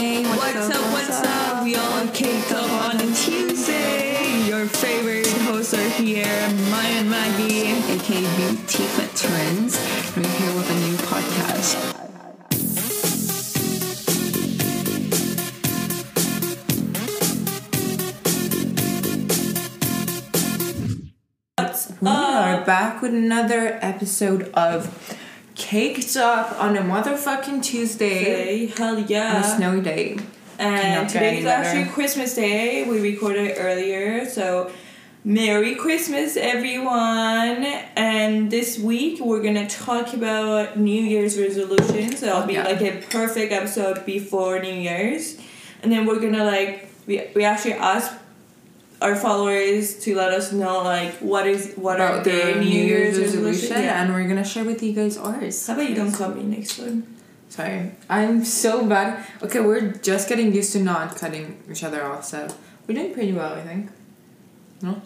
What's up, what's up? We all caked up on a Tuesday. Your favorite hosts are here, Maya and Maggie, aka Beauty Fit Trends. We're here with a new podcast. We are back with another episode of Caked Up on a motherfucking Tuesday. Hey, hell On a yeah. snowy day. And Cannot get today is any better. actually Christmas Day. We recorded earlier, so Merry Christmas, everyone. And this week we're gonna talk about New Year's resolutions. So it'll be Yeah. like a perfect episode before New Year's. And then we're gonna like we, we actually asked our followers to let us know like what is what are About their New Year's resolution. Yeah. and we're gonna share with you guys ours. How about you don't call me next time? Sorry, I'm so bad. Okay, we're just getting used to not cutting each other off, so we're doing pretty well, I think. No.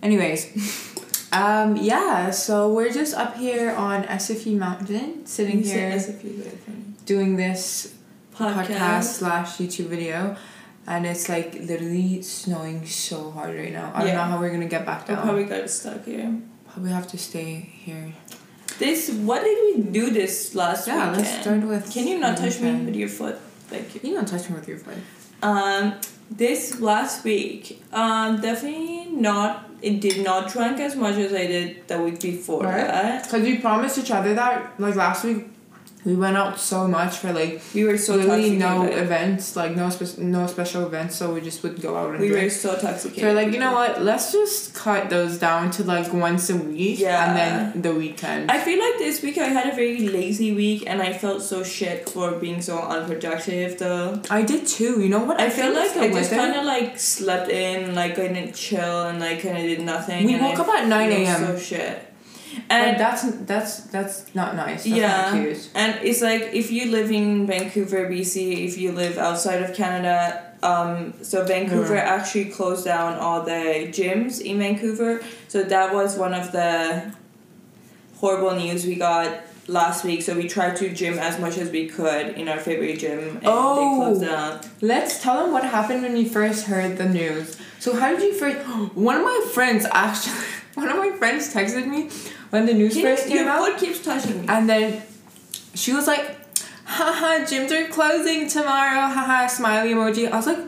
Anyways, um, yeah, so we're just up here on SFE Mountain, sitting You say here as if you were from- doing this podcast, E Podcast. slash YouTube video, and it's like literally snowing so hard right now. I don't Yeah. know how we're gonna get back I down. probably got stuck here. Probably have to stay here. This what did we do this last Yeah, weekend? let's start with. Can you not touch me Mountain. with your foot? Thank you. You don't touch me with your foot. Um, this last week, um, definitely not. It did not drink as much as I did the week before. Right. that. Cause we promised each other that like last week, we went out so much for like We were so literally toxicated. no events, like no spe- no special events. So we just would go out and we were drink. so toxicated. So we're like, you know what? Let's just cut those down to like once a week, Yeah. and then the weekend. I feel like this week I had a very lazy week and I felt so shit for being so unproductive though. I did too. You know what? I, feel think like it's the I just weather. kind of like slept in, like I didn't chill and like kind of did nothing. We and I woke up at nine feel a.m. So shit. And And that's that's that's not nice. That's Yeah. Not cute. And it's like if you live in Vancouver, BC, if you live outside of Canada, um, so Vancouver Mm. actually closed down all the gyms in Vancouver. So that was one of the horrible news we got last week. So we tried to gym as much as we could in our favorite gym, and Oh. they closed down. Let's tell them what happened when you first heard the news. So how did you first? One of my friends actually, one of my friends texted me when the news first Your came out, foot keeps touching me. and then she was like, "Haha, gyms are closing tomorrow." Haha, smiley emoji. I was like,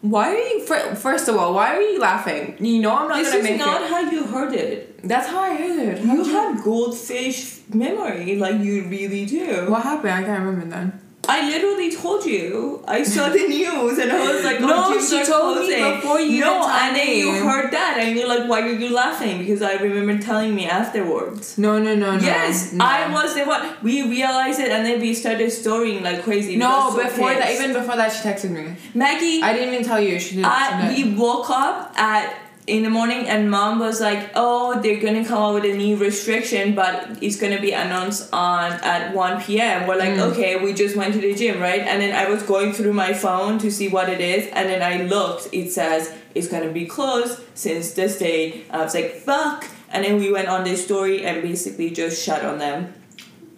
"Why are you? Fir- first of all, why are you laughing? You know I'm not This gonna is make not Mm. it." how you heard it. That's how I heard it. How You did have goldfish memory, like you really do. What happened? I can't remember then. I literally told you. I saw the news and I was like, No, oh, gyms she are told me closing. before you No, even told and then you me. heard that and you're like, why are you laughing? Because I remember telling me afterwards. No, no, no, no. yes, no. I was the one. We realized it and then we started storying like crazy. We No, got so before that, pissed. even before that, she texted me. Maggie, I didn't even tell you. She didn't. I, she didn't. we woke up at in the morning and mom was like oh they're gonna come out with a new restriction but it's gonna be announced on at 1 p.m we're like Mm. okay we just went to the gym right and then i was going through my phone to see what it is and then i looked it says it's gonna be closed since this day i was like fuck and then we went on this story and basically just shut on them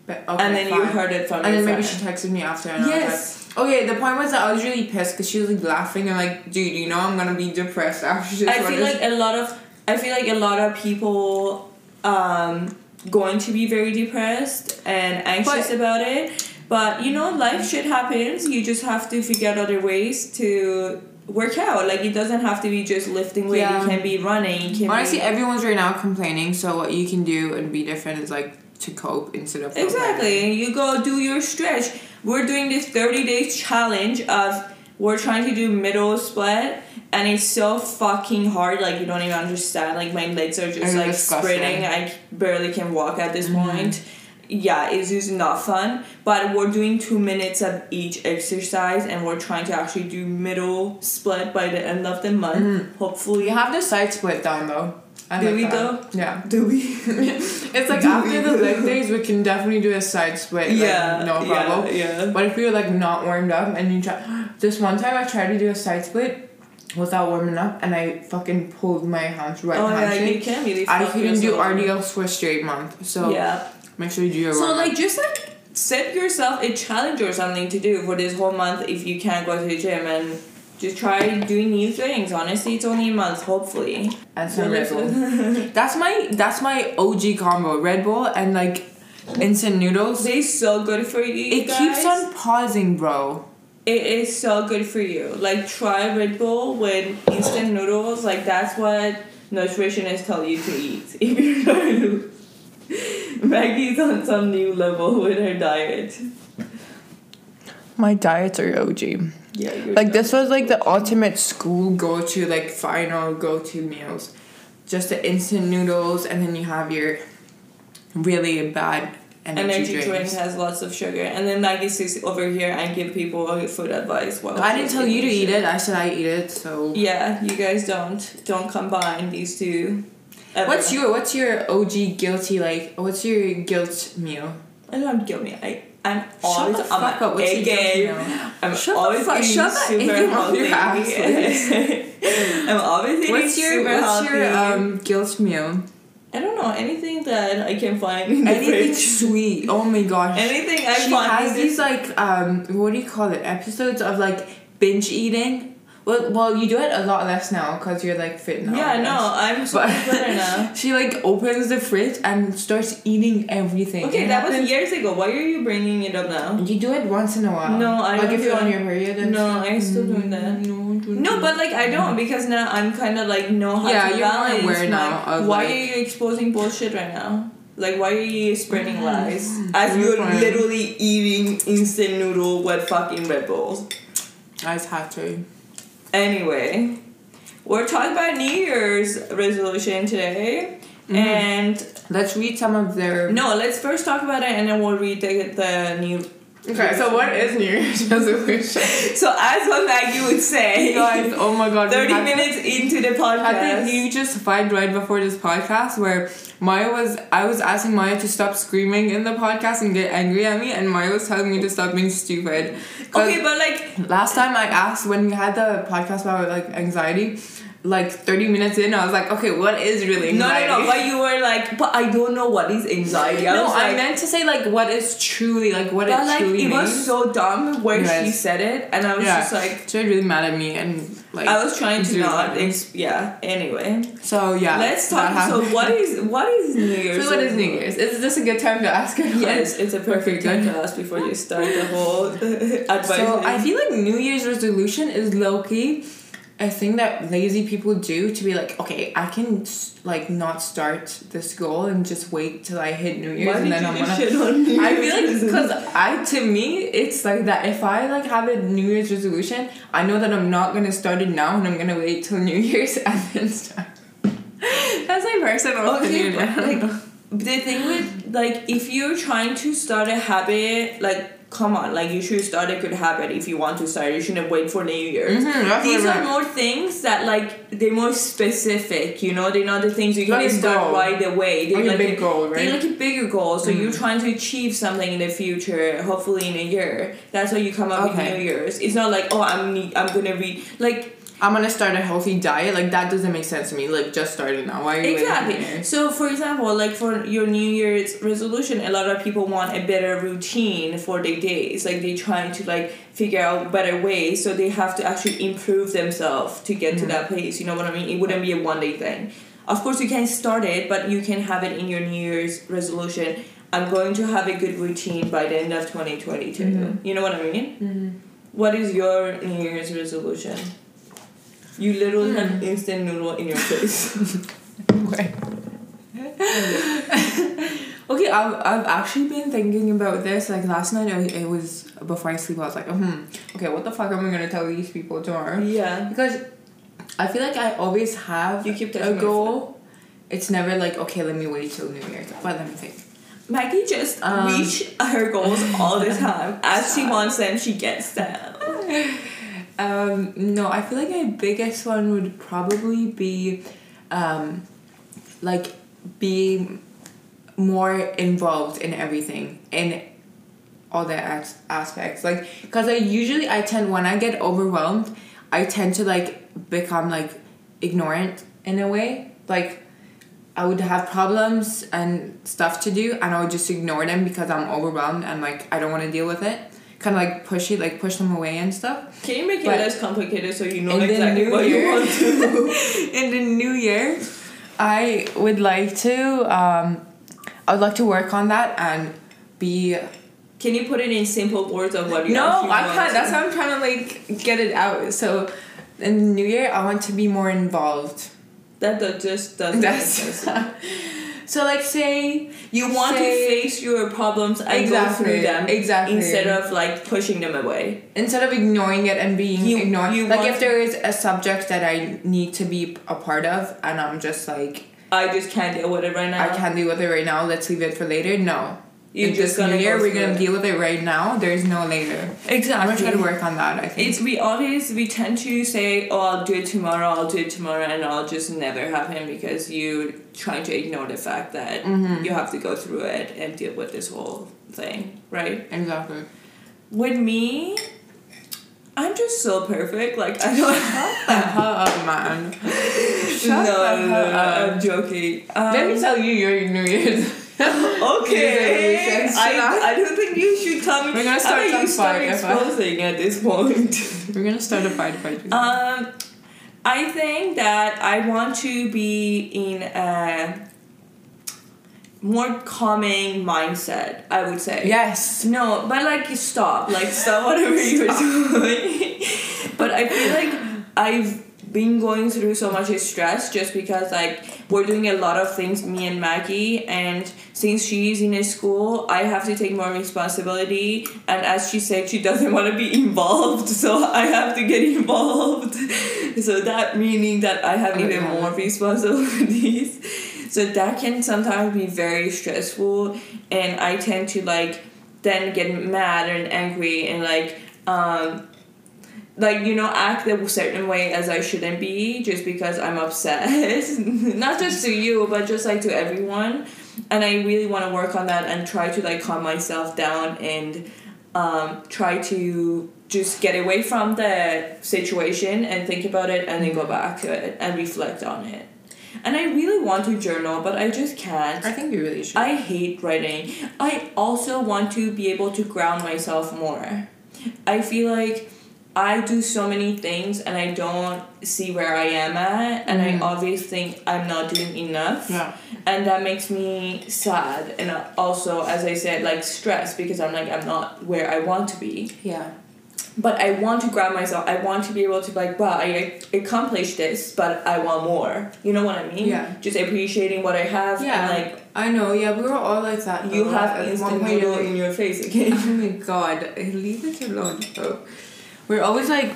But- okay, and then you fine. heard it from And your then maybe friend. she texted me after. And I Yes. was like, okay, the point was that I was really pissed because she was like laughing and like, dude, you know I'm gonna be depressed after this. I feel like a lot of I feel like a lot of people um going to be very depressed and anxious But- about it. But you know, life shit happens. You just have to figure out other ways to work out. Like it doesn't have to be just lifting weight. Yeah. It can be running. It can honestly, be- everyone's right now complaining. So what you can do and be different is like to cope instead of Exactly. You go do your stretch. We're doing this 30 days challenge of we're trying to do middle split and it's so fucking hard like you don't even understand like my legs are just They're like disgusting. Mm-hmm. spreading I barely can walk at this point yeah it's just not fun but we're doing two minutes of each exercise and we're trying to actually do middle split by the end of the month Mm-hmm. We hopefully have the side split down though. I Do like we that. though? Yeah. do we It's like after the leg days, we can definitely do a side split. yeah Like, no problem. yeah, yeah. What if you're like not warmed up and you try? This one time I tried to do a side split without warming up and I fucking pulled my hands right oh yeah hamstring. you can really I fuck couldn't do yourself up. RDLs for a straight month. So yeah make sure you do your So warm-up. like just like set yourself a challenge or something to do for this whole month if you can't go to the gym and just try doing new things. Honestly, it's only a month, hopefully. And some Red Bull. that's my that's my OG combo. Red Bull and like instant noodles. This is so good for you. It guys. keeps on pausing, bro. It is so good for you. Like try Red Bull with instant noodles. Like that's what nutritionists tell you to eat. If you're trying to. Maggie's on some new level with her diet. My diets are OG. Yeah. you're Like this done. was like the ultimate We'll school. go to like final go to meals. Just the instant noodles and then you have your really bad energy, Energy drink. drinks. has lots of sugar, and then Maggie sits over here and give people food advice. While I didn't she's tell you to eating eat shit. it, I said I eat it, so Yeah, you guys don't don't combine these two. ever. What's your what's your OG guilty like? What's your guilt meal? I don't kill me. I I'm always the I'm fuck up with your again. guilt now. I'm Shut the always fuck- eating shut that super idiom up healthy. your I'm always eating What's your super what's healthy. your um guilt meal? I don't know anything that I can find in the Anything fridge. sweet. Oh my gosh. Anything I she find has in these like um what do you call it episodes of like binge eating. Well, well, you do it a lot less now because you're like fit now. I yeah, no, guess. I'm so much better now. But she like opens the fridge and starts eating everything. Okay, It that was happens- years ago. Why are you bringing it up now? You do it once in a while. No, I like don't if you're do on it. your period. and No, stuff. I'm still doing that. No, don't No, do but like I don't because now I'm kind of like know how Yeah, to you're more balance. aware my- now of, why like- are you exposing bullshit right now? Like why are you spreading lies as You're you're fine. literally eating instant noodle with fucking Red Bulls? it. I just had to. Anyway, we're talking about New Year's resolution today, Mm-hmm. and Let's read some of their. no, let's first talk about it, and then we'll read the the new. Okay, so what is New Year's resolution? So as what Maggie would say, Guys, oh my god. we thirty had- minutes into the I podcast. think you just find right before this podcast where Maya was I was asking Maya to stop screaming in the podcast and get angry at me and Maya was telling me to stop being stupid. 'Cause okay, but like last time I asked when we had the podcast about like anxiety, like thirty minutes in, I was like, okay, what is really No, anxiety? no, no. But you were like, but I don't know what is anxiety. I No, was I like, meant to say like what is truly like what but it like it truly was means. so dumb where she Yes. said it, and I was yeah, just like, she was really mad at me and like I was trying to do not. something. Ex- yeah. Anyway, So yeah, let's that talk. So happened. what is what is New Year's? So what is New Year's? Is this a good time to ask? Her Yes, it's a perfect Perfect. time to ask before you start the whole advice. So thing. I feel like New Year's resolution is low key a thing that lazy people do to be like, okay, I can s- like not start this goal and just wait till I hit New Year's Why and did then you I'm do gonna. shit on New I Year's feel like resolution? because I to me it's like that. If I like have a New Year's resolution, I know that I'm not gonna start it now and I'm gonna wait till New Year's and then start. That's my personal Okay, opinion. Mm-hmm, I but, don't like know. the thing with like if you're trying to start a habit, like come on, like you should start a good habit if you want to start. You shouldn't wait for New Year's. Mhm, that's These what I are meant. more things that like they're more specific. You know, they're not the things you Like can a start goal. right away. They're Like a like big goal, They're right? Mm-hmm. like a bigger goal. So you're trying to achieve something in the future, hopefully in a year. That's why you come up Okay. with New Year's. It's not like oh I'm ne- I'm gonna read like I'm gonna start a healthy diet. Like that doesn't make sense to me. Like just start it now. Why are you waiting for New Exactly. Year's? So, for example, like for your New Year's resolution, a lot of people want a better routine for their days. Like they're trying to like figure out better ways, so they have to actually improve themselves to get to that place. You know what I mean? It wouldn't be a one day thing. Of course, you can start it, but you can have it in your New Year's resolution. I'm going to have a good routine by the end of 2022. You know what I mean? Mm-hmm. What is your New Year's resolution? You literally have instant noodle in your face. Okay, I've, I've actually been thinking about this. Like last night, I, it was before I sleep. I was like, hmm, okay, what the fuck am I gonna tell these people tomorrow? yeah. Because I feel like I always have You keep touching a my goal. It's never like okay, let me wait till New Year's. But let me think. Maggie just Um, reach her goals all the time. As she wants them, she gets them. Um, no, I feel like my biggest one would probably be, um, like being more involved in everything in all the as- aspects. Like, cause I usually I tend when I get overwhelmed, I tend to like become like ignorant in a way. Like, I would have problems and stuff to do, and I would just ignore them because I'm overwhelmed and like I don't want to deal with it. Kind of like push it, like push them away and stuff. Can you make it But- less complicated so you know And then exactly New what Year- you want to do? In the new year, I would like to. Um, I would like to work on that and be. Can you put it in simple words of what you No, actually I want? can't. That's why I'm trying to like get it out. So, in the new year, I want to be more involved. That do- just doesn't make sense. That's so like say You want Say- to face your problems and go through them exactly instead of like pushing them away. instead of ignoring it and being You- ignored. you like want- if there is a subject that I need to be a part of and I'm just like I just can't deal with it right now. I can't deal with it right now. Let's leave it for later. No, You're It's Uh-huh. just new gonna year. go We're through gonna it. deal with it right now. There's no later. I'm gonna Exactly. try to work on that. I think It's we always we tend to say, Oh, I'll do it tomorrow, I'll do it tomorrow and I'll just never happen because you're trying to ignore the fact that Mm-hmm. you have to go through it and deal with this whole thing, right? exactly. With me, I'm just so perfect. Like I don't have The hell up, man. Shut the no, no, hell no, up. I'm joking. Um, Let me tell you your New Year's. These are Okay, reasons. Should I, I? I don't think you should tell me. We're gonna I start think on you start fire, if I- exposing at this point. We're gonna start a fight fight. with you. Um, I think that I want to be in a more calming mindset. I would say. yes. No, but like you stop, like stop whatever you're doing. but I feel like I've been going through so much stress just because like we're doing a lot of things, me and Maggie, and since she's in a school, I have to take more responsibility. And as she said, she doesn't want to be involved, so I have to get involved. so that meaning that I have Oh my even God. more responsibilities. So that can sometimes be very stressful, and I tend to like then get mad and angry and like um like you know act a certain way as I shouldn't be just because I'm upset not just to you but just like to everyone and I really want to work on that and try to like calm myself down and um, try to just get away from the situation and think about it and then go back to it and reflect on it and I really want to journal but I just can't I think you really should. I hate writing. I also want to be able to ground myself more. I feel like I do so many things and I don't see where I am at, and I always think I'm not doing enough. Mm. yeah. And that makes me sad and also, as I said, like stressed because I'm like, I'm not where I want to be Yeah. but I want to grab myself. I want to be able to be like, wow, I accomplished this, but I want more. You know what I mean? Yeah. Just appreciating what I have Yeah. and like I know, yeah, we were all like that. you though, have at instant one point, noodle like, in your face again. Oh my god, leave it alone though. We're always like,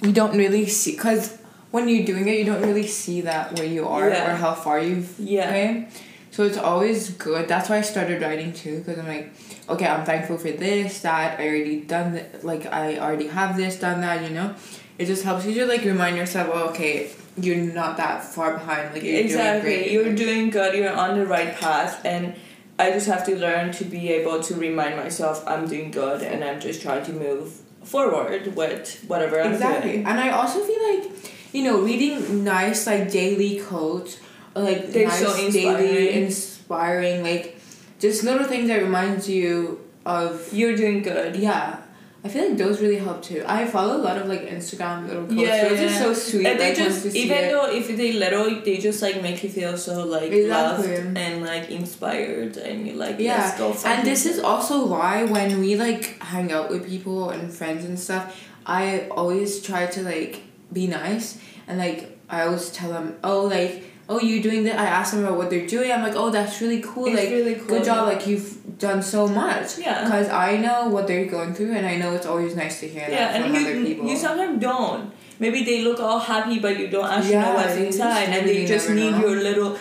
we don't really see, because when you're doing it, you don't really see that where you are Yeah. or how far you've Yeah. came. So it's always good. That's why I started writing too, because I'm like, okay, I'm thankful for this, that, I already done, th- like, I already have this, done that, you know? It just helps you to, like, remind yourself, oh, okay, you're not that far behind. Like, you're exactly. doing great. You're doing good. You're on the right path, and I just have to learn to be able to remind myself I'm doing good, and I'm just trying to move forward with whatever I'm Exactly. doing. And I also feel like, you know, reading nice like daily quotes or like They're nice so daily inspiring. inspiring, like just little things that reminds you of You're doing good. yeah. I feel like those really help too. I follow a lot of like Instagram little quotes. Yeah, so it's just yeah. so sweet. And they like, once just, you see even it. though if they little, they just like make you feel so like Exactly. loved and like inspired, and you're like, Yeah. let's go. And fucking this is also why when we like hang out with people and friends and stuff, I always try to like be nice and like I always tell them, oh like oh you're doing that. I ask them about what they're doing. I'm like oh that's really cool. It's like really cool. good job. Like you've done so much. Yeah. Because I know what they're going through and I know it's always nice to hear yeah, that from and other you people. you sometimes don't. Maybe they look all happy, but you don't actually know Yeah, what's you just inside, and they really just never need know. your little.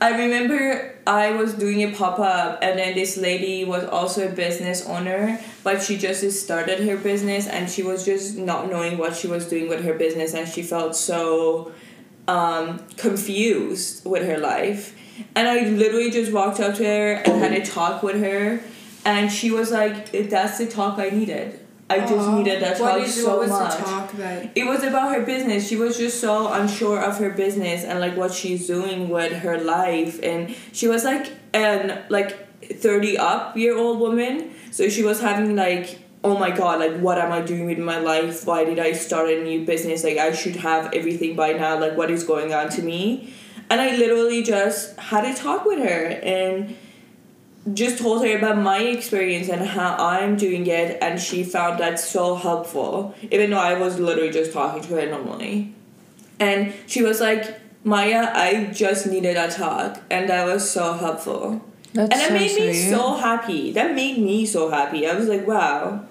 I remember I was doing a pop up, and then this lady was also a business owner, but she just started her business, and she was just not knowing what she was doing with her business, and she felt so um, confused with her life. And I literally just walked up to her and had a talk with her, and she was like, "That's the talk I needed." I just Aw. needed that What help is so what was much. the talk about? It was about her business. She was just so unsure of her business and like what she's doing with her life. And she was like an like thirty up year old woman. So she was having like, oh my god, like what am I doing with my life? Why did I start a new business? Like I should have everything by now. Like what is going on to me? And I literally just had a talk with her and just told her about my experience and how I'm doing it, and she found that so helpful, even though I was literally just talking to her normally. And she was like, Maya, I just needed a talk, and that was so helpful. That's and that made me so happy. That made me so happy. I was like, wow.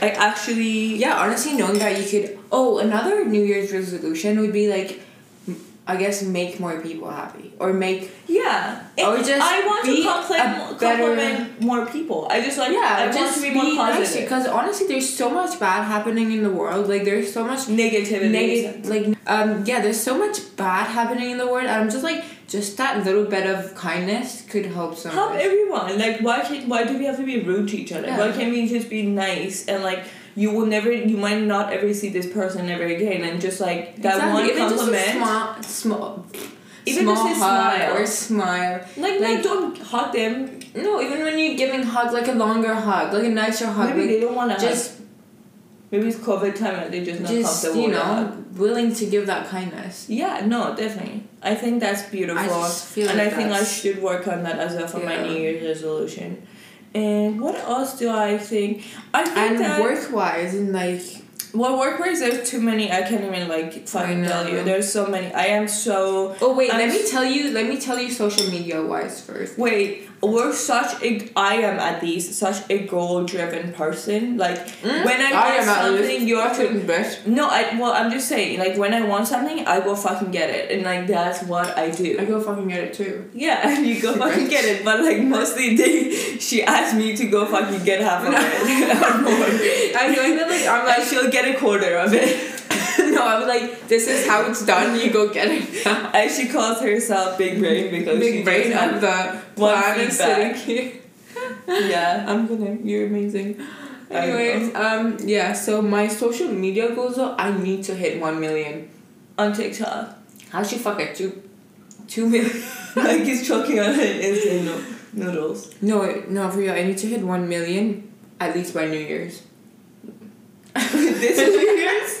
I actually. Yeah, honestly, knowing that you could. Oh, another New Year's resolution would be like, m- I guess, make more people happy or make. Yeah. It- Or just I want to be compliment, a better- compliment more people. I just like, I want to be more positive. Because honestly, there's so much bad happening in the world. Like there's so much Negativity. negative. Like um, yeah, there's so much bad happening in the world, and I'm just like, just that little bit of kindness could help so help much. everyone. Like why can why do we have to be rude to each other? Yeah. Why can't we just be nice and like you will never you might not ever see this person ever again and just like that Exactly, one even compliment. just a small, small, Even small just a hug smile. or smile. like, no, like- don't hug them. No, even when you're giving hug, like a longer hug, like a nicer hug, Maybe like they don't want to hug. just Maybe it's COVID time and they're just not just comfortable. you with a hug. know willing to give that kindness. Yeah, no, definitely. I think that's beautiful. I just feel and like I think I that's- should work on that as well for my Yeah. New Year's resolution. And what else do I think? I think And that work wise and like Well, workplace there's too many. I can't even like fucking I tell you. know. There's so many. I am so oh wait, I'm let me s- tell you let me tell you social media wise first. wait. We're such a. I am at least such a goal driven person. Like when I, Hmm? Mm. I want am at least something, you're too. fucking bitch. No, I well, I'm just saying. Like when I want something, I go fucking get it, and like that's what I do. I go fucking get it too. Yeah, and you go fucking get it. But like mostly, they she asked me to go fucking get half of it. I'm doing that like I'm I'm like she'll get a quarter of it. like no, I'm like this is how it's done. You go get it. now. And she calls herself big brain because she Big brain does have of the one plan is sitting feedback. here. yeah, I'm gonna. You're amazing. I don't Anyways, um, yeah. So my social media goals though, I need to hit one million. On TikTok, How she fuck at two, two million? like he's choking on instant no- noodles. No, wait, no, for real. I need to hit one million at least by New Year's. this is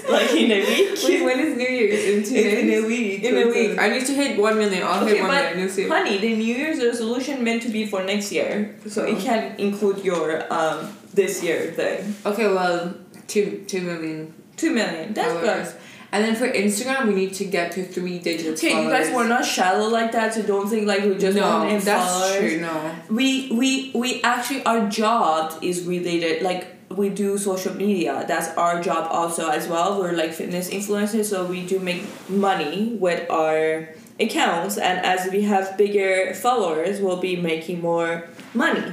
yours? like in a week. Wait, when is New Year's? In two It's in days. a week. In a week, I need to hit one million. I'll Okay, hit one but- million. You'll see. Honey, the New Year's resolution meant to be for next year, so it can include your um this year thing. Okay, well, two two million. Two million. That's followers. good. And then for Instagram, we need to get to three digits. Okay, you guys were followers. not shallow like that, so don't think like we just want No, in that's followers. true. No. we we we actually our job is related like we do social media that's our job also as well we're like fitness influencers so we do make money with our accounts and as we have bigger followers we'll be making more money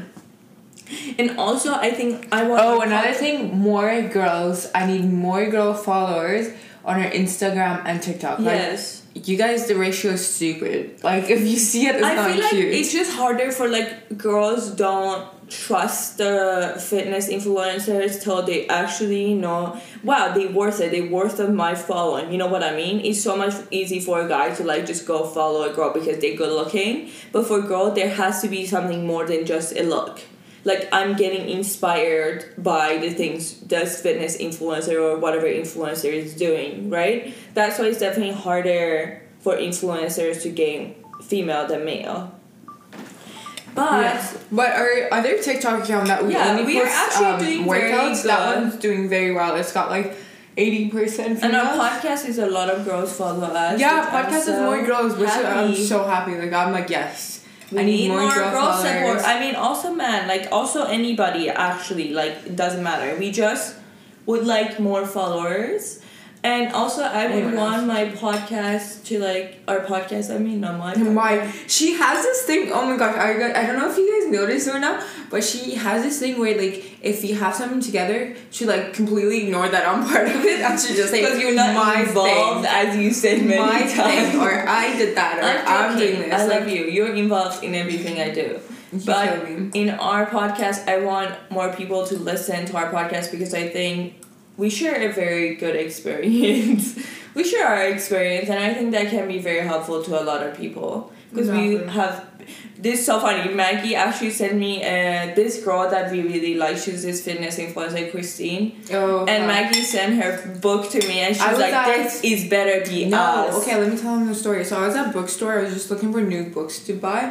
and also i think i want Oh, to another thing, more girls. I need more girl followers on our Instagram and TikTok. yes Like, you guys, the ratio is stupid. Like, if you see it, it's I not feel like cute. it's just harder for like girls don't trust the fitness influencers till they actually know wow they worth it they worth of my following you know what I mean it's so much easy for a guy to like just go follow a girl because they're good looking but for a girl there has to be something more than just a look like I'm getting inspired by the things this fitness influencer or whatever influencer is doing right that's why it's definitely harder for influencers to gain female than male. But Yeah. But our other TikTok account that we Yeah, only we are post, actually um, doing very workouts, that good. one's doing very well. It's got like eighty percent and our females. podcast is a lot of girls follow us. Yeah, which I'm podcast is so more girls, which I'm happy. so happy. Like I'm like yes, We I need, more, girl, support. followers. I mean, also man, like also anybody actually, like it doesn't matter. We just would like more followers. And also, I would Anyone want my podcast to like our podcast. I mean, not my. Why she has this thing? Oh my gosh, I got, I don't know if you guys noticed or not, but she has this thing where like if you have something together, she like completely ignore that I'm part of it and she just like Because you're not my involved, as you said many thing, my times. thing, or I did that, or I'm I'm, joking. doing this. I like, love you. You're involved in everything I do. You kill But- me. in our podcast i want more people to listen to our podcast because i think we share a very good experience we share our experience and i think that can be very helpful to a lot of people because we Exactly. have this is so funny maggie actually sent me uh, this girl that we really like she's this fitness influencer christine Oh, and fuck. maggie sent her book to me and she's I was like at- this is better be No, us Oh, okay, let me tell them the story. So I was at bookstore. I was just looking for new books to buy.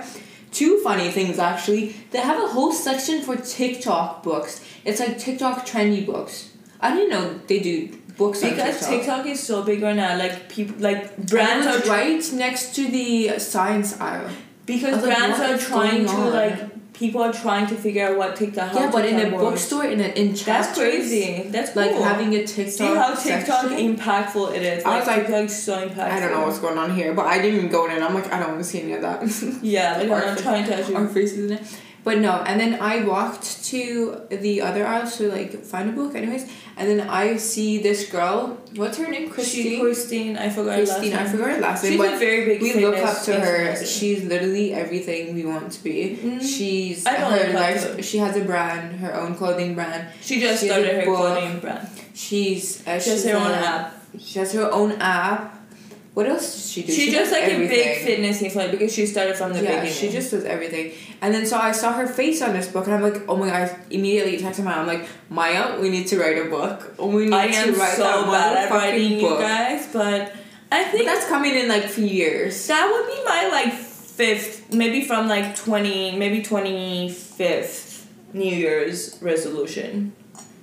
Two funny things actually. They have a whole section for TikTok books. It's like TikTok trendy books. I didn't know they do books on because TikTok is so big right now, like people, like brands Brands are right next to the science aisle. I Because was like, brands what are is trying going to on? like people are trying to figure out what TikTok. how yeah, but in a TikTok works. bookstore in a in That's chapters, crazy. That's Like cool. having a TikTok. See how TikTok section? impactful it is. I Like, was like, TikTok's so impactful. I don't know what's going on here, but I didn't even go in. I'm like, I don't want to see any of that. Yeah, like I'm not Artful. trying to our actually. faces in it. But no, and then I walked to the other aisle to like find a book, anyways. And then I see this girl. What's her name? She, Christine. Christine, I forgot her Christine. I last name. forgot her last name, She's a but very big. we look fitness up to her. influencer. She's literally everything we want to be. Mm. She's I don't her look up to life. She has a brand, her own clothing brand. she just she's a started her book. clothing brand. She's uh, She she's has her own a- app. She has her own app. What else does she do? She's does just like a big everything. fitness influencer because she started from the yeah, beginning. she just does everything. And then so I saw her face on this book, and I'm like, oh my god! I immediately texted Maya. I'm like, Maya, we need to write a book. We need I to am write so that bad at motherfucking writing, you book. guys, but I But think that's coming in like few years. That would be my like fifth, maybe from like twenty, maybe twenty fifth New Year's resolution,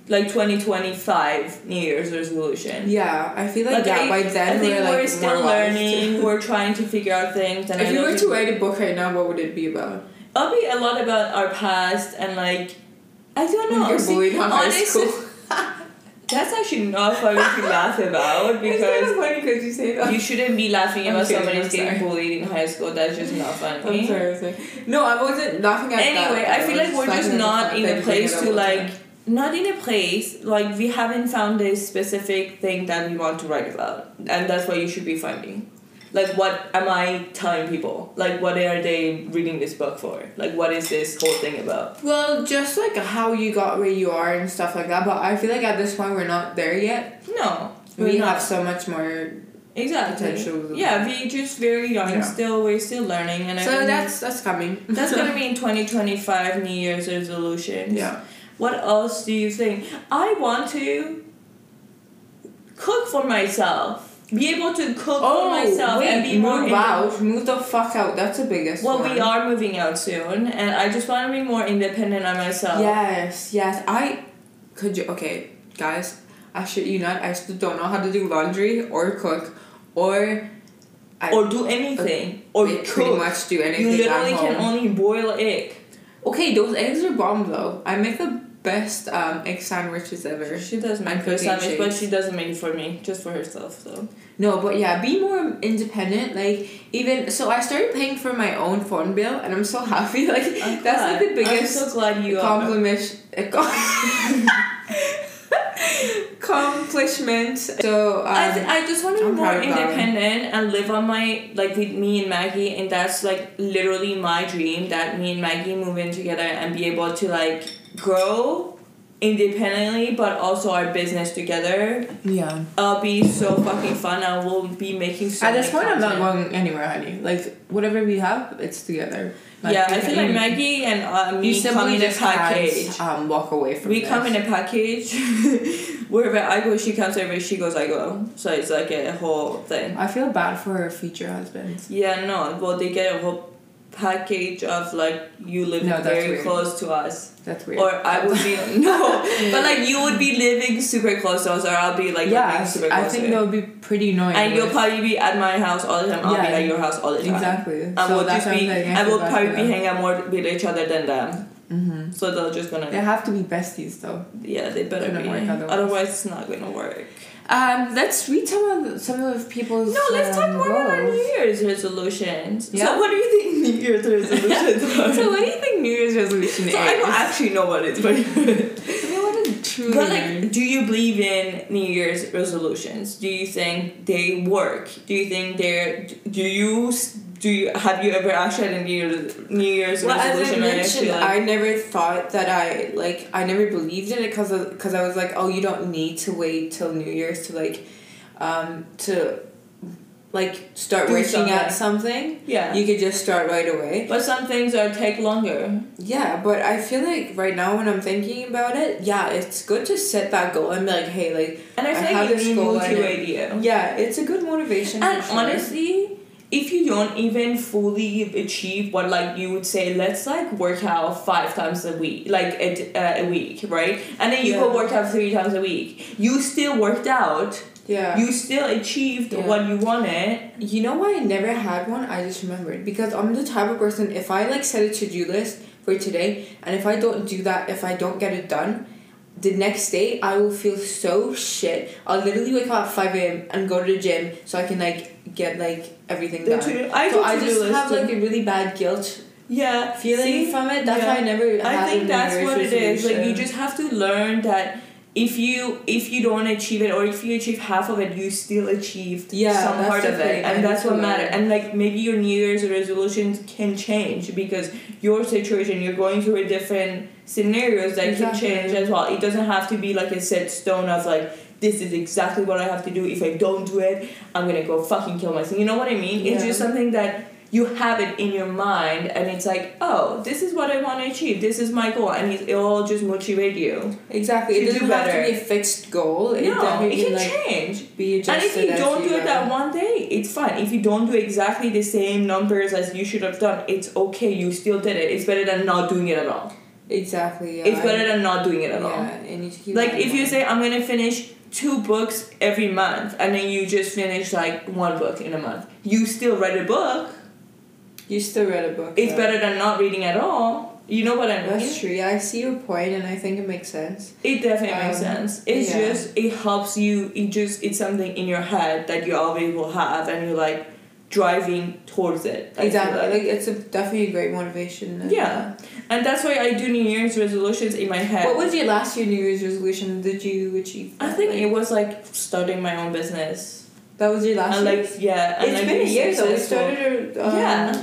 like twenty twenty five New Year's resolution. Yeah, I feel like, Like, yeah. I- by then I think we're we're, like more still lost. learning. we're trying to figure out things. And I If you know were people- to write a book right now, what would it be about? I'll be a lot about our past and like, I don't know. When you're see, bullied in high honestly- school. That's actually not funny to laugh about it's kind because of funny because you say that. you shouldn't be laughing I'm about kidding, somebody I'm getting sorry. bullied in high school. That's just not funny. I'm sorry, I'm sorry. No, I wasn't laughing at that. anyway i feel was like we're laughing at just the not fact in that a you bring it place up to all the like time. not in a place like we haven't found a specific thing that we want to write about and that's what you should be finding like what am i telling people like what are they reading this book for like what is this whole thing about Well, just like how you got where you are and stuff like that, but I feel like at this point we're not there yet. no We we're have not. so much more exactly potential. yeah we just very young Yeah. still we're still learning and I So think that's that's coming. that's gonna be in 2025 new year's resolution yeah. What else do you think? I want to cook for myself. Be able to cook for myself wait, and be more Oh, move inde- out, move the fuck out. That's the biggest. Well, one. we are moving out soon, and I just want to be more independent on myself. Yes, yes. I could you okay, guys, I shit you not, I still don't know how to do laundry or cook or I Or do anything. Or pretty cook. much do You anything. literally at home. can only boil egg. Okay, those eggs are bomb though. I make the best um, egg sandwiches ever. She does I'm make her cooking sandwich, but shakes. she doesn't make it for me, just for herself. So No, but yeah, be more independent. Like even so, I started paying for my own phone bill, and I'm so happy. Like I'm that's like the glad. biggest I'm so glad you are. compliment. accomplishment. So um, I, th- I just want to be I'm more proud of that. independent and live on my like with me and Maggie and that's like literally my dream that me and Maggie move in together and be able to like grow independently but also our business together. yeah. It'll be so fucking fun. I will be making so At this much point, I'm not content. going anywhere, honey. Like whatever we have, it's together. yeah, I we feel can- like Maggie and uh, You me come simply in a just can't, package. um, walk away from. We this. come in a package. Wherever I go, she comes. Wherever she goes, I go. So it's like a whole thing. I feel bad for her future husband. Yeah, no. Well, they get a whole package of like you living No, that's very weird. close to us, That's weird. or I would be no, but like you would be living super close to us, or I'll be like yeah, living super close I think that to you. would be pretty annoying. And you'll with- probably be at my house all the time. I'll be Yeah. at your house all the time. exactly. And so we'll that's just what I'm be. saying. And we'll probably be hanging out more with each other than them. Mm-hmm. So they're just gonna. They have to be besties though. Yeah, they better Gonna be. work otherwise. otherwise, it's not gonna work. Um, let's read some of some of people's. No, let's talk um, more about our goals. New Year's resolutions. Yeah. So, what do you think New Year's resolutions are? so, what do you think New Year's resolution is? So I don't actually know what it's but I mean, what is true? but like do you believe in New Year's resolutions? Do you think they work? Do you think they're do you s- do you have you ever actually had a New Year's New Year's well, as I resolution? and mentioned, actually, like, I never thought that I like I never believed in it because because I was like, oh, you don't need to wait till New Year's to like, um, to like start Do working something. at something. yeah. You could just start right away. but some things are take longer. Yeah, but I feel like right now when I'm thinking about it, yeah, it's good to set that goal and be like, hey, like, And I I feel have like it this goal and it- motivates you. yeah, it's a good motivation. And for sure. honestly, if you don't even fully achieve what like you would say, let's like work out five times a week, like a, d- uh, a week, right? And then you go Yeah. work out three times a week. You still worked out. yeah, You still achieved Yeah. what you wanted. You know why I never had one? I just remembered because I'm the type of person if I like set a to do list for today and if I don't do that, if I don't get it done, the next day I will feel so shit. I'll literally wake up at five a.m. and go to the gym so I can like get like everything The done. to- I so do I to-do just list have too. like a really bad guilt yeah feeling See? from it. That's Yeah. why I never. I had a think New that's Year's what it is. Like you resolution. just have to learn that if you if you don't achieve it or if you achieve half of it, you still achieved Yeah, some that's part the of it, thing. I and that's need what to matters. learn. And like maybe your New Year's resolutions can change because your situation, you're going through a different scenarios that Exactly. can change as well. It doesn't have to be like a set stone of like. This is exactly what I have to do. If I don't do it, I'm gonna go fucking kill myself. You know what I mean? It's Yeah. just something that you have it in your mind and it's like oh this is what i want to achieve this is my goal and it all just motivate you exactly. to It do doesn't have to better. be a fixed goal. It no it definitely can like change be and adjusted if you as don't you do it go. that one day it's fine if you don't do exactly the same numbers as you should have done it's okay you still did it it's better than not doing it at all Exactly. Yeah. it's I- better than not doing it at all Yeah, and you keep like that if in you mind. say i'm gonna finish two books every month and then you just finish like one book in a month you still read a book you still read a book, it's though. better than not reading at all you know what i mean That's true. Yeah, I see your point, and I think it makes sense. It definitely makes Um, sense. It's yeah. just it helps you. It just it's something in your head that you always will have, and you're like driving towards it. I feel exactly. like. Like, it's a, definitely a great motivation. and- Yeah. and that's why I do New Year's resolutions in my head. uh, What was your last year New Year's resolution? Did you achieve? I that? think Like, it was like starting my own business. that was your last. And like year's? yeah, and it's like been a being year though. We successful. started. uh, Um, Yeah.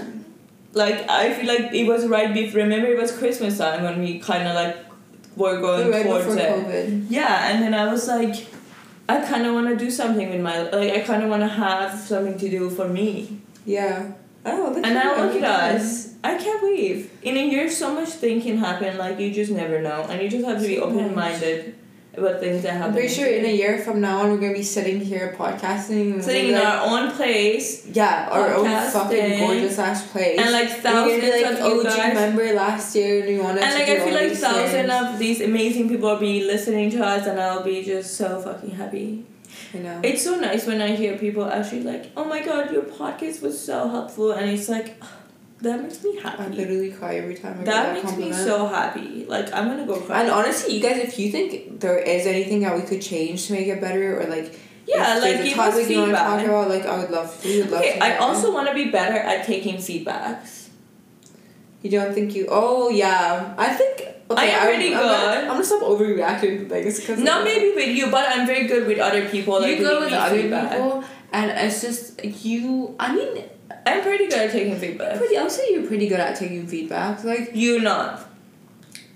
Like I feel like it was right before. Remember, it was Christmas time when we kind of like were going Right towards before it. COVID. Yeah, and then I was like, I kind of want to do something with my like. I kind of want to have something to do for me. Yeah. Oh, look And at now you, look at done. us. I can't believe in a year so much thing can happen. Like you just never know, and you just have to be So much. open minded about things that happen. I'm pretty sure in a year from now on we're gonna be sitting here podcasting. and sitting we'll be in like, our own place yeah our own podcasting. fucking gorgeous ass place. and like We're thousands gonna be like, of you oh, do you guys. remember last year and we wanted And to like do I feel all like these thousands things?" of these amazing people will be listening to us, and I'll be just so fucking happy. You know. It's so nice when I hear people actually like, oh my god, your podcast was so helpful, and it's like, that makes me I happy. literally cry every time I get That that makes me compliment. so happy. Like I'm gonna go cry. And honestly, you guys, if you think there is anything that we could change to make it better, or like yeah, if like there's a give us topic you want to talk feedback. about, like I would love, we would love. Okay, to I hear. also want to be better at taking feedbacks. You don't think you? Oh yeah, I think. Okay, I am I'm- pretty I'm gonna- good. I'm gonna stop overreacting to things because Not maybe with you, but I'm very good with other people. Like you go giving with me other feedback. people, and it's just you. I mean, I'm pretty good at taking feedback. pretty. I would say you're pretty good at taking feedback. Like You not.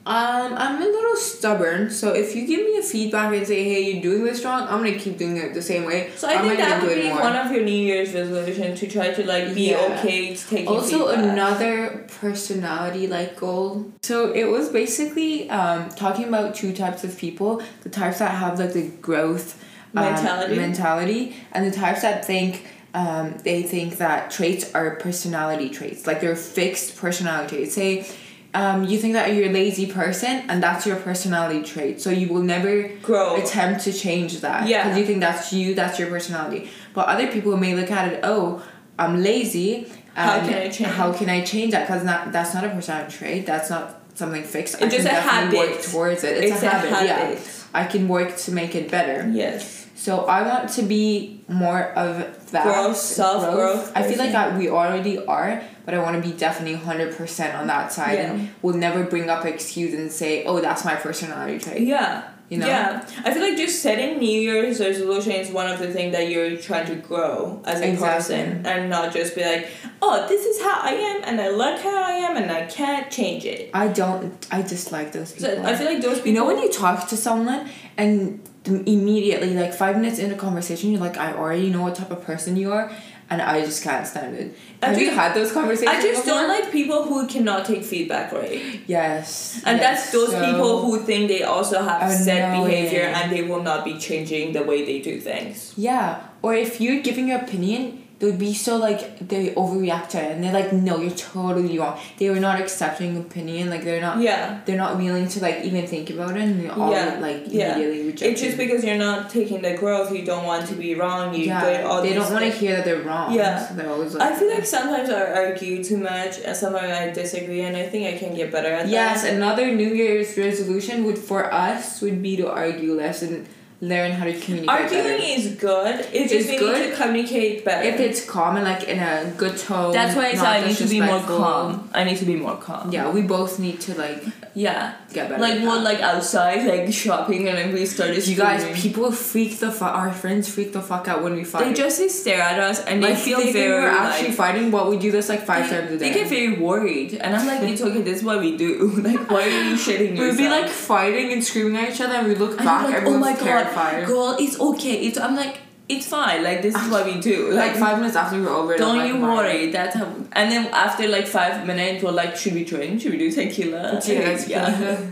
Um, I'm a little stubborn, so if you give me a feedback and say, "Hey, you're doing this wrong," I'm gonna keep doing it the same way. So I I'm think not that gonna would do it be more. one of your New Year's resolution to try to like be Yeah. okay to taking Also, feedback. another personality like goal. So it was basically um, talking about two types of people: the types that have like the growth um, Mentality. mentality, and the types that think um, they think that traits are personality traits, like they're fixed personality traits. Say, um, you think that you're a lazy person, and that's your personality trait. So you will never Grow. attempt to change that. Yeah. because you think that's you, that's your personality. But other people may look at it, oh, I'm lazy. How and can I change? How can I change that? Because not, that's not a personality trait. That's not something fixed. I It's just can a definitely work habit. towards it. It's, It's a, a habit. Yeah, habit. I can work to make it better. Yes. So I want to be more of that Growth, self-growth I feel like person. I, we already are, but I want to be definitely hundred percent on that side, Yeah. and will never bring up excuse and say, "Oh, that's my personality trait." Yeah. You know? Yeah, I feel like just setting New Year's resolution is one of the things that you're trying to grow as a Exactly. person, and not just be like, "Oh, this is how I am, and I like how I am, and I can't change it." I don't. I dislike those people. So I feel like those people. you know when you talk to someone and immediately, like five minutes into conversation, you're like, I already know what type of person you are, and I just can't stand it. I Have you just- had those conversations? I just don't before? like people who cannot take feedback right, Yes. and yes. that's those So- people who think they also have set Annoying. behavior and they will not be changing the way they do things. Yeah, or if you're giving your opinion, they'd be so like they overreact to it, and they're like, "No, you're totally wrong." They were not accepting opinion. Like they're not. Yeah, They're not willing to like even think about it, and they all Yeah, like yeah. immediately reject. it's just because you're not taking the growth. You don't want to be wrong. You yeah, do all they these don't want to things. hear that they're wrong. Yeah. so they're always like. I feel like sometimes I argue too much and sometimes I disagree and I think I can get better at Yes, that. another New Year's resolution would for us would be to argue less and learn how to communicate Arguing better. is good. It's It's just we need good. to communicate better. If it's calm and like in a good tone. That's why I said not I need to be more disrespectful. calm. I need to be more calm. Yeah, we both need to like Yeah. get better. Like at more that. like outside, like shopping and then we started You guys, screaming. people freak the fuck. Our friends freak the fuck out when we fight. they just stare at us and like, they feel they think very we're like, actually fighting, but we do this like five they, times a they day. get very worried and I'm like, it's okay, this is what we do. Like why are you shitting yourself? We'd be like fighting and screaming at each other, and we look And back. I'm like, oh everyone's my terrified. god, girl, it's okay. It's I'm like, it's fine. Like this is what we do. Like Like, five minutes after we're over, it, I'm don't like, you "Why?" worry. That's how. And then after like five minutes, we're like, should we drink? Should we do tequila? Yeah, it's yeah. kinda-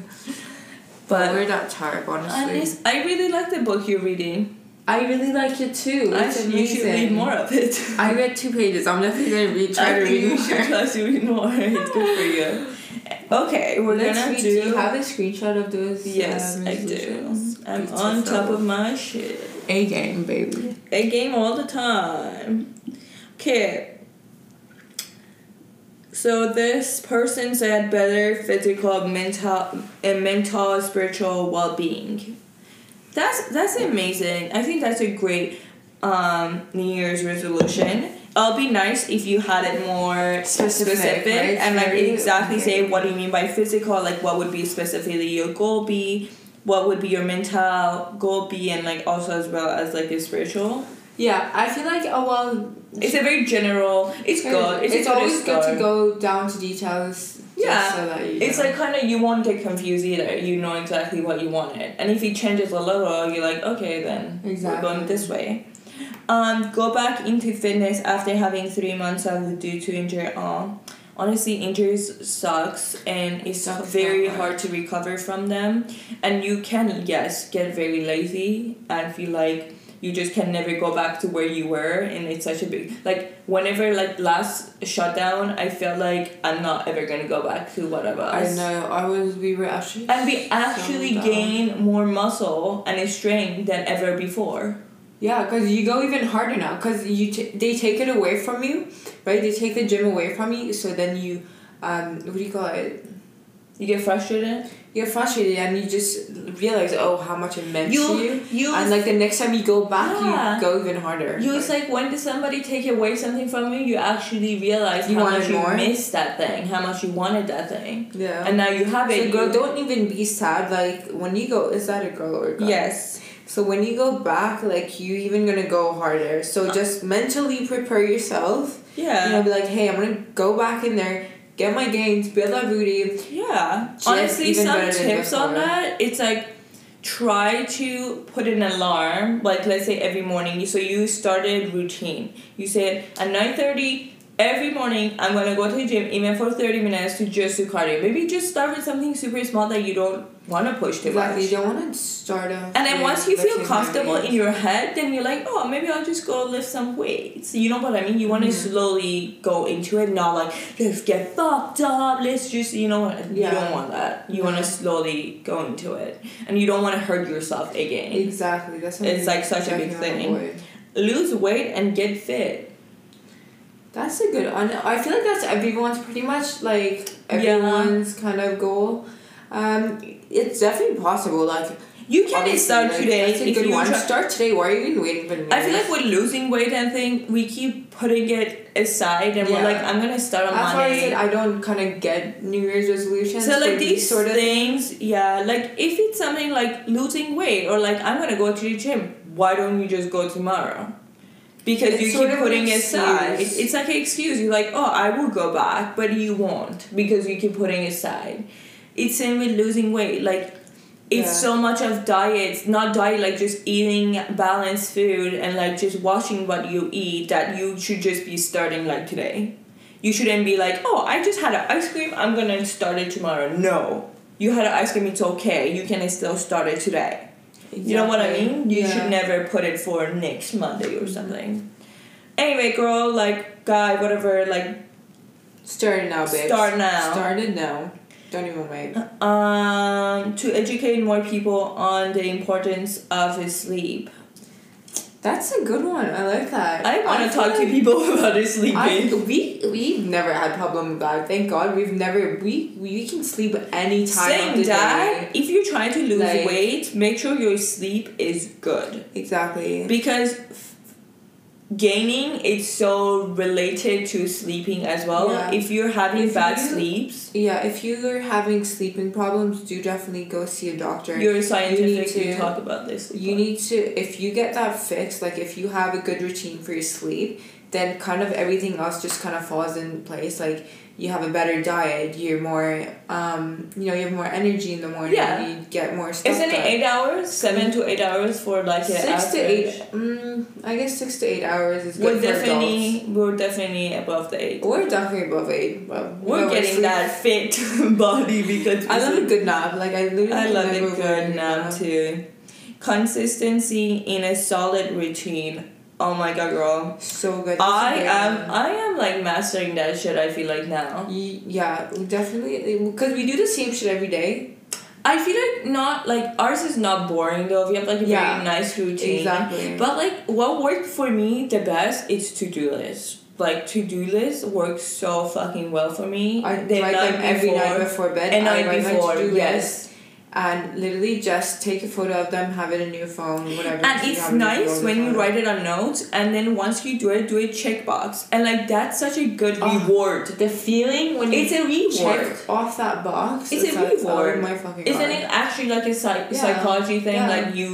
But we're not tired, honestly. honest, I really like the book you're reading. I really like it too. I It's should, you should amazing. read more of it. I read two pages. I'm definitely gonna read. Try I to think read you more. should try to read more. It's good for you. Okay, we're Let's gonna read- do. you have a screenshot of those? yes, um, I do. resolutions? I'm It's on just top a- of my shit. a game, baby. A game all the time. Okay. So this person said better physical, mental, and mental, spiritual well-being. That's that's amazing. I think that's a great um, New Year's resolution. It'll be nice if you had it more Specific, specific right? and like Very- exactly say what do you mean by physical, like what would be specifically your goal be, what would be your mental goal be, and like also as well as like your spiritual. Yeah, I feel like oh well. It's a very general. It's good. It's, a good always good to start. go down to details. Yeah. Just so that you It's know. like kind of you won't get confused either. You know exactly what you wanted, and if it changes a little, you're like, okay, then we're Exactly. going this way. Um, go back into fitness after having three months of due to injury. Oh, honestly, injuries sucks, and it's Sucks very so hard. hard to recover from them. And you can yes get very lazy and feel like you just can never go back to where you were, and it's such a big like whenever like last shutdown, I felt like I'm not ever gonna go back to what I I was. know. I was. We were actually. And we actually down. gain more muscle and strength than ever before. Yeah, because you go even harder now. Because you t- they take it away from you, right? They take the gym away from you. So then you, um, what do you call it? You get frustrated. You're frustrated and you just realize, oh, how much it meant to you. you And like the next time you go back, Yeah. you go even harder. You it's like when does somebody take away something from you? You actually realize You how wanted much more. you missed that thing, how much you wanted that thing, yeah. and now you have it. so girl, you- don't even be sad. Like when you go, is that a girl or a guy? yes, So when you go back, like you even gonna go harder. Uh. So just mentally prepare yourself. yeah, You know, be like, hey, I'm gonna go back in there, get my gains, build that booty, Yeah. Just Honestly, even some better than tips on before. that, it's like try to put an alarm, like let's say every morning. So you started routine. You said at nine thirty every morning I'm gonna go to the gym even for thirty minutes to just do cardio. Maybe just start with something super small that you don't wanna push too Exactly. You much. don't want to start off. And then with, once you like, feel your comfortable memories. in your head, then you're like, oh, maybe I'll just go lift some weights. You know what I mean? You want to Mm-hmm. slowly go into it, not like, let's get fucked up, let's just, you know what? You Yeah. don't want that. You want to No. slowly go into it. And you don't want to hurt yourself again. Exactly. That's something It's, like, such a big definitely thing. avoid. Lose weight and get fit. That's a good one. I feel like that's everyone's pretty much like everyone's kind of goal. Um, it's definitely possible. Like You can Honestly, start like, today That's a if good you one. try- Start today. Why are you even waiting for me? I feel like with losing weight and thing, we keep putting it aside and we're Yeah. like, I'm gonna start on that's why I Monday. said I don't kind of get New Year's resolutions. so like but these sort of things, yeah. Like if it's something like losing weight or like I'm gonna go to the gym, why don't you just go tomorrow? Because It's you sort keep of an putting it aside. excuse. It- It's like an excuse. You're like, oh, I will go back, but you won't because you keep putting it aside. It's same with losing weight. Like it's Yeah. so much of diets, not diet, like just eating balanced food and like just watching what you eat. That you should just be starting like today. You shouldn't be like, oh, I just had an ice cream. I'm gonna start it tomorrow. No, you had an ice cream. It's okay. You can still start it today. You know what I Exactly. mean? You Yeah. should never put it for next Monday or something. Anyway, girl, like guy, whatever, like Start it now, babe. Start now. Start it now. Don't even wait. um to educate more people on the importance of sleep. That's a good one. I like that. I want to feel talk to like people about I, sleeping. we we've never had problem with that. Thank God we've never we we can sleep any time of the Saying that, day. if you're trying to lose Like- weight, make sure your sleep is good. Exactly. because f- gaining is so related to sleeping as well Yeah. if you're having If bad you- sleeps Yeah, if you are having sleeping problems, do definitely go see a doctor. you're scientific you to- talk about this you need to if you get that fixed, like if you have a good routine for your sleep, then kind of everything else just kind of falls in place. Like you have a better diet, you're more um, you know, you have more energy in the morning, Yeah. you get more stuff. isn't it done. eight hours seven to eight hours for like a six to eight mm, I guess six to eight hours is we're good for definitely adults. we're definitely above the eight We're definitely above eight, but we're getting that fit body because we I love a sleep- good nap. Like I literally I love never a wear good nap too consistency in a solid routine oh my god girl So good. I That's a good am nap. I am like mastering that shit I feel like now. Ye- Yeah, we definitely. Because we do the same shit every day. I feel like not like ours is not boring though. We have like a Yeah. very nice routine. Exactly. But But like what worked for me the best is to do list. Like to do list works so fucking well for me. I The write night them every night before bed. And I night write my before, to-do yes. list And literally just take a photo of them, have it in your phone, whatever. And you it's have it in your nice phone, when you whatever. write it on notes and then once you do it, do a checkbox. And like that's such a good Oh. reward. the feeling when It's a reward. check off that box. It's a like, reward. Oh my fucking Isn't God. it actually like a psych- Yeah. psychology thing? Yeah. Like you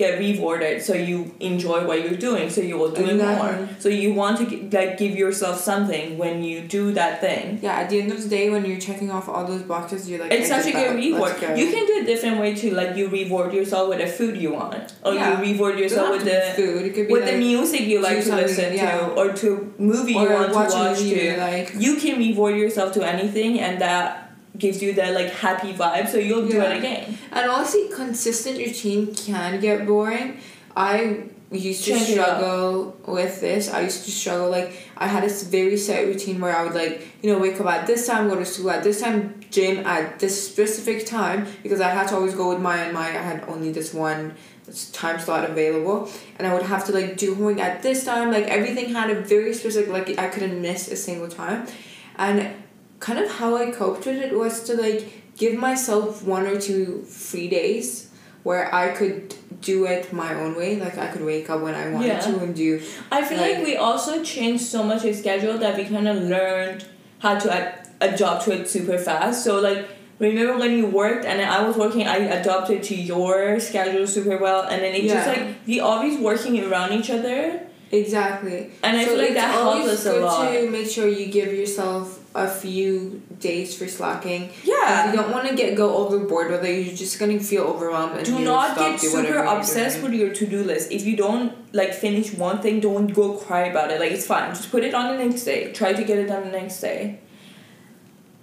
get rewarded, so you enjoy what you're doing, so you will do it more. Exactly. So you want to gi- like give yourself something when you do that thing. Yeah, at the end of the day, when you're checking off all those boxes, you're like, I It's such a did good that. reward. Let's go. You can do a different way too. Like you reward yourself with a food you want, or Yeah. you reward It doesn't yourself have with to be the food. It could be with like, the music you like to something, listen yeah. to, or to movie or you want watch to a watch movie, to. Like You can reward yourself to anything, and that gives you that like happy vibe. So you'll do Yeah. it again. and honestly, consistent routine can get boring. I used to Change it up. struggle with this. I used to struggle like I had this very set routine where I would like you know wake up at this time, go to school at this time, gym at this specific time because I had to always go with my and my. I had only this one time slot available and I would have to like do homework at this time. Like everything had a very specific like I couldn't miss a single time, and kind of how I coped with it was to like give myself one or two free days where I could do it my own way. Like I could wake up when I wanted Yeah. to and do I feel like, Like- we also changed so much our schedule that we kind of learned how to ad- adapt to it super fast. So like remember when you worked and I was working, I adapted to your schedule super well, and then it's just Yeah. like we always working around each other, exactly. and I so feel like it's that helped always us a good lot. to make sure you give yourself a few days for slacking. 'Cause You Yeah. don't want to get go overboard with it. You're just gonna feel overwhelmed. And Do you'll not stop get doing whatever super you're obsessed doing. with your to do list. If you don't like finish one thing, don't go cry about it. Like it's fine. Just put it on the next day. Try to get it done the next day.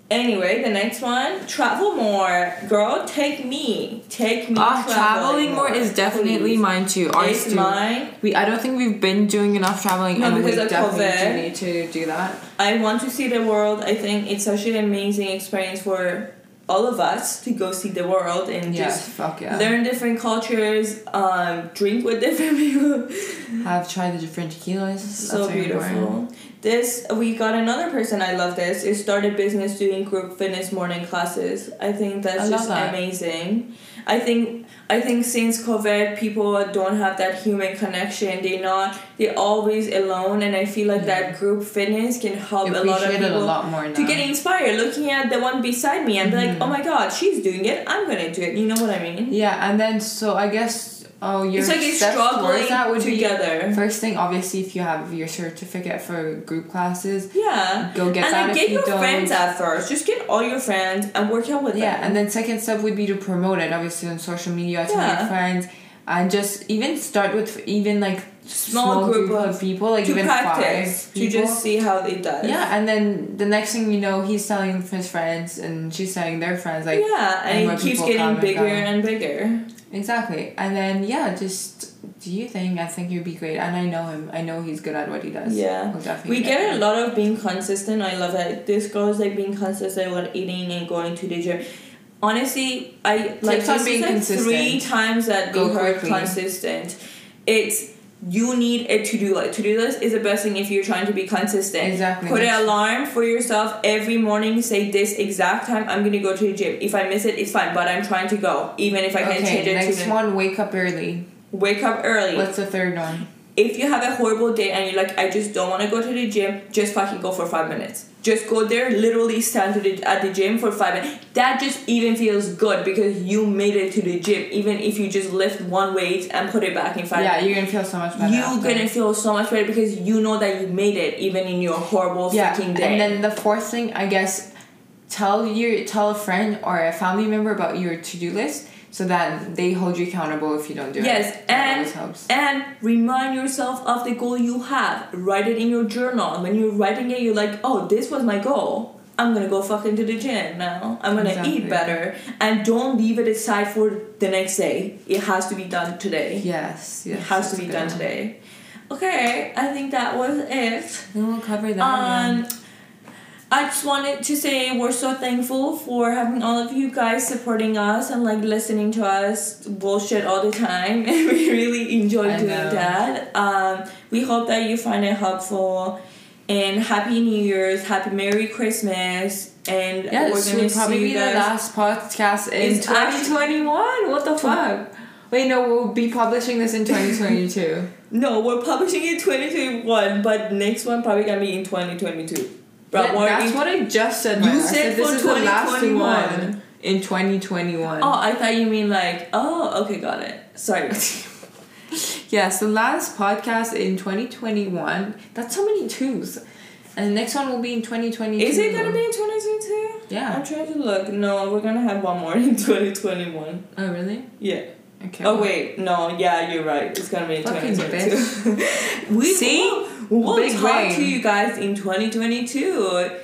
Anyway, the next one, travel more. Girl, take me. Take me. Ah, traveling more is definitely please. mine too. Ours It's too. mine. We I don't think we've been doing enough traveling No, and because we of definitely COVID. You need to do that. I want to see the world. I think it's such an amazing experience for all of us to go see the world and yeah, just fuck yeah. learn different cultures, um, drink with different people. Have tried the different tequilas. so That's very beautiful. important. This we got another person. I love this. Is started business doing group fitness morning classes. I think that's I love just that. amazing. I think I think since COVID, people don't have that human connection. They not they're always alone, and I feel like that group fitness can help a lot of appreciate it a people lot more now. to get inspired. Looking at the one beside me and be like, oh my god, she's doing it. I'm gonna do it. You know what I mean? Mm-hmm. yeah, and then so I guess oh your it's like it's steps towards struggling that would be together. First thing, obviously, if you have your certificate for group classes, yeah. go get and that. if like, get you your don't, friends at first. Just get all your friends and work out with yeah, them. and then second step would be to promote it, obviously, on social media to Yeah. your friends, and just even start with even like Small group of people, like to even practice five to people. just see how it does. yeah, and then the next thing you know, he's telling his friends, and she's telling their friends, like yeah, and and, more it keeps people getting come and bigger go. and bigger. exactly, and then yeah, just do you think I think you'd be great, and I know him, I know he's good at what he does. Yeah. We'll definitely We get a lot of being consistent. I love that. This girl is like being consistent with eating and going to the gym. Honestly, I like Tips on this is, being like, three consistent. times that Go we heard quickly. consistent. It's you need a to do list. To do list is the best thing if you're trying to be consistent. Exactly. Put an alarm for yourself every morning. Say this exact time I'm gonna go to the gym. If I miss it, it's fine. But I'm trying to go, even if I can change Okay, it next to the- one, wake up early. wake up early What's the third one? if you have a horrible day and you're like, I just don't want to go to the gym, just fucking go for five minutes. Just go there, literally stand to the, at the gym for five minutes. That just even feels good because you made it to the gym. Even if you just lift one weight and put it back in five Yeah, minutes, you're gonna feel so much better. you're after. gonna feel so much better because you know that you made it even in your horrible yeah, fucking day. and then the fourth thing, I guess, tell your tell a friend or a family member about your to do list so that they hold you accountable if you don't do it. Yes, That and- always helps. And remind yourself of the goal you have. Write it in your journal. And when you're writing it, you're like, oh, this was my goal. I'm gonna go fucking to the gym now. I'm gonna Exactly. eat better. And don't leave it aside for the next day. It has to be done today. Yes, yes. it has to that's be a done good one. today. Okay, I think that was it. Then we'll cover that. yeah. Um, I just wanted to say we're so thankful for having all of you guys supporting us and like listening to us bullshit all the time. we really enjoy I doing know. that. Um, we hope that you find it helpful. And happy New Year's, happy Merry Christmas, and yeah, we're this gonna will see probably you be the guys- last podcast in It's 2020. actually 2021. What the fuck? Wait, no, we'll be publishing this in 2022. No, we're publishing in 2021, but next one probably gonna be in 2022. Bro, That- we're that's in- what I just said. You Maya. I said this for is the last 2021. one in 2021. Oh, I thought you mean like, oh, okay, got it. Sorry. Yes, the last podcast in 2021. That's how many twos. And the next one will be in 2022. Is it gonna be in 2022? I'm Yeah. trying to look. No, we're gonna have one more in 2021. Oh, really? Yeah. Okay. Oh, wait. No, yeah, you're right. It's gonna be in Fucking 2022. we See? We'll, we'll Big talk brain. to you guys in 2022.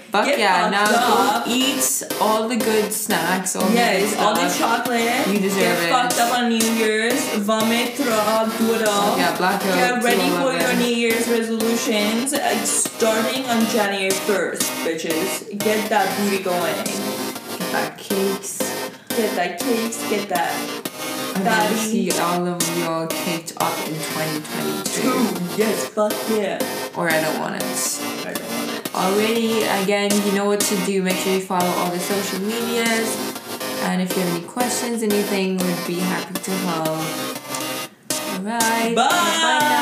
Fuck Get yeah. fucked Now up. go eat all the good snacks. All the good Yes, all the stuff. chocolate. You deserve Get it. fucked up on New Year's. Vomit, throw up, do it all. Yeah, black out. Get ready do all for of your it. New Year's resolutions uh, starting on January 1st, bitches. Get that booty going. Get that cakes. Get that cakes, get that. I Daddy. want to see all of you all caked up in 2022. Ooh, yes, fuck yeah. Or I don't want it. I don't want it. already. Again, you know what to do. Make sure you follow all the social medias. And if you have any questions, anything, we'd be happy to help. All right. Bye. Bye now.